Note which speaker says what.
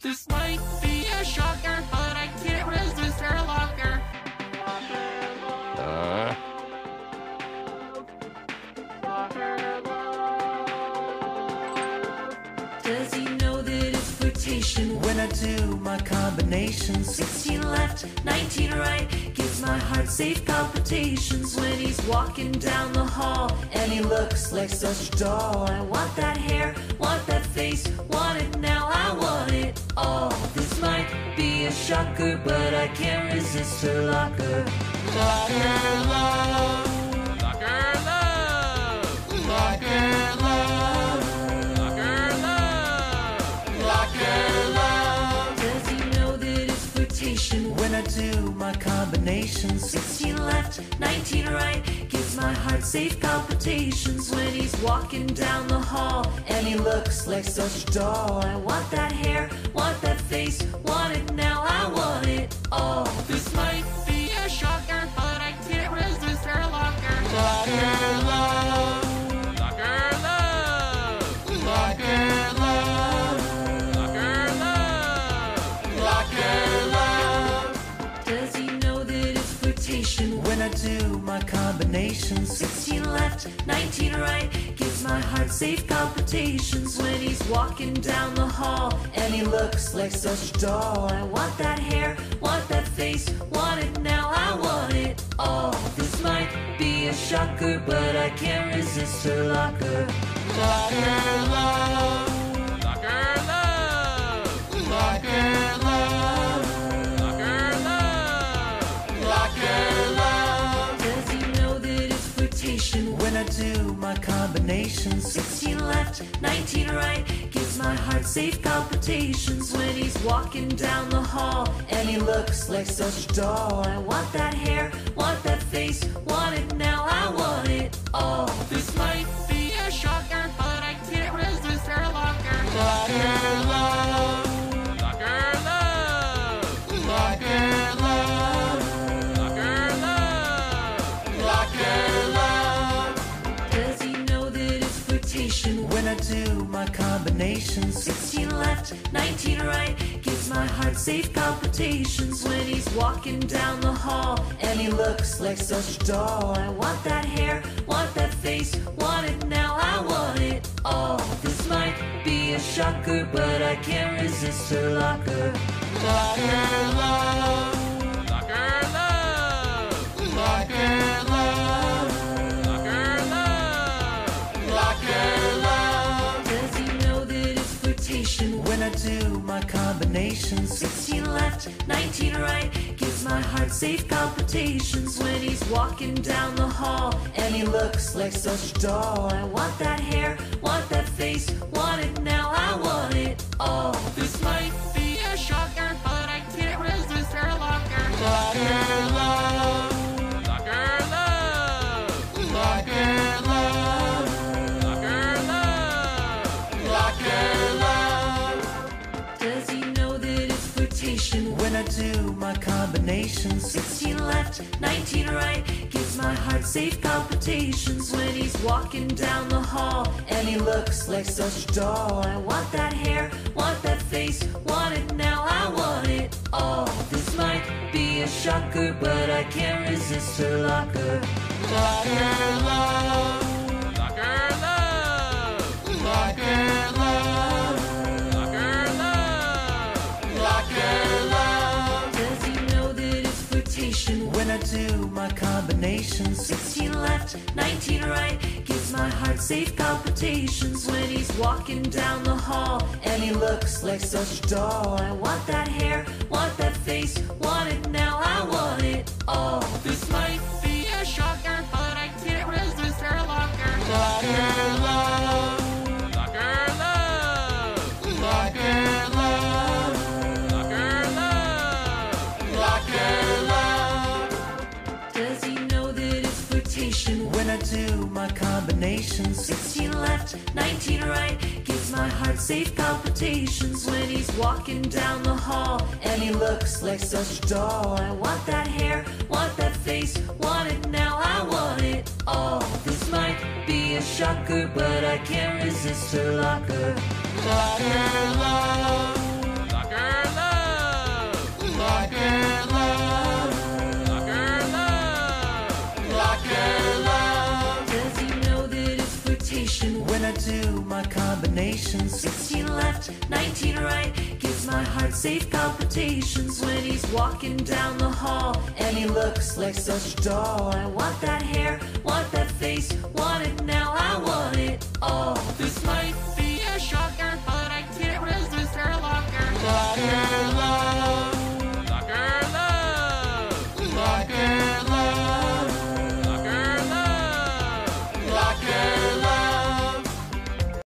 Speaker 1: This might be a shocker, but I can't resist her longer.
Speaker 2: Uh,
Speaker 3: Does he know that it's flirtation?
Speaker 4: When I do my combinations,
Speaker 3: 16 left, 19 right, gives my heart safe palpitations when he's walking down the hall. And he looks like such a doll. I want that hair, want that face, want it now, I want it all. This might be a shocker, but I can't resist her locker.
Speaker 1: Locker love. Locker love. Locker love. Locker love. Locker love.
Speaker 3: Does he know that it's flirtation?
Speaker 4: when I do my combinations,
Speaker 3: 16 left, 19 right. Gives my heart safe palpitations when he's walking down the hall. And he looks like such a doll. I want that hair, want that face, want it now, I want it all.
Speaker 1: This might be a shocker, but I can't resist her longer. Locker love. Locker love. Locker love. Locker love. Locker love.
Speaker 3: Does he know that it's flirtation?
Speaker 4: when I do my combinations,
Speaker 3: 16 left, 19 right. Gives my heart safe palpitations when he's walking down the hall. And he looks like such a doll. I want that hair, want that face, want it now, I want it all. This might be a shocker, but I can't resist her locker.
Speaker 1: Locker love. Locker love. Locker love. Locker love. Locker love.
Speaker 3: Does he know that it's flirtation?
Speaker 4: when I do my combinations,
Speaker 3: 16 left, 19 right. Gives my heart safe palpitations when he's walking down the hall.
Speaker 4: and he looks like such a doll.
Speaker 3: I want that hair, want that face, want it now, I want it all.
Speaker 1: This might be a shocker, but I can't resist her locker. Locker love. Locker love. Locker love. Locker love. Locker love.
Speaker 3: Does he know that it's flirtation?
Speaker 4: When I do my combinations,
Speaker 3: 16 left, 19 right, gives my heart safe palpitations when he's walking down the hall.
Speaker 4: and he looks like such a doll.
Speaker 3: I want that hair, want that face, want it now, I want it all. This might be a shocker, but I can't resist her locker.
Speaker 1: Locker love. Locker love. Locker love. Locker love. Locker love.
Speaker 3: Does he know that it's flirtation?
Speaker 4: When I do my combinations,
Speaker 3: 16 left, 19 right. Gives my heart safe palpitations when he's walking down the hall.
Speaker 4: and he looks like such a doll.
Speaker 3: I want that hair, want that face, want it now, I want it all.
Speaker 1: This might be a shocker, but I can't resist her locker. Locker love. Locker love. Locker love. Locker love. Locker love.
Speaker 3: Does he know that it's flirtation?
Speaker 4: When I do my combinations,
Speaker 3: 16 left, 19 right. Gives my heart safe palpitations when he's walking down the hall.
Speaker 4: and he looks like such a doll.
Speaker 3: I want that hair, want that face, want it now, I want it all. This might be a shocker, but I can't resist her locker.
Speaker 1: Locker love. Locker love. Locker love. Locker love. Locker love.
Speaker 3: Does he know that it's flirtation?
Speaker 4: When I do my combinations,
Speaker 3: 16 left, 19 right. Gives my heart safe palpitations when he's walking down the hall.
Speaker 4: and he looks like such a doll.
Speaker 3: I want that hair, want that face, want it now, I want it all.
Speaker 1: This might be a shocker, but I can't resist her locker. Locker love. Locker love. Locker love. Locker love. Locker love.
Speaker 3: Does he know that it's flirtation?
Speaker 4: When I do my combinations,
Speaker 3: 16 left, 19 right. Gives my heart safe palpitations when he's walking down the hall.
Speaker 4: and he looks like such a doll.
Speaker 3: I want that hair, want that face, want it now, I want it all. This might be a shocker, but I can't resist her locker.
Speaker 1: Locker love. Locker
Speaker 3: rotation.
Speaker 4: When I do my combinations,
Speaker 3: 16 left, 19 right. Gives my heart safe palpitations when he's walking down the hall. And he looks
Speaker 4: looks like such a doll.
Speaker 3: I want that hair, want that face, want it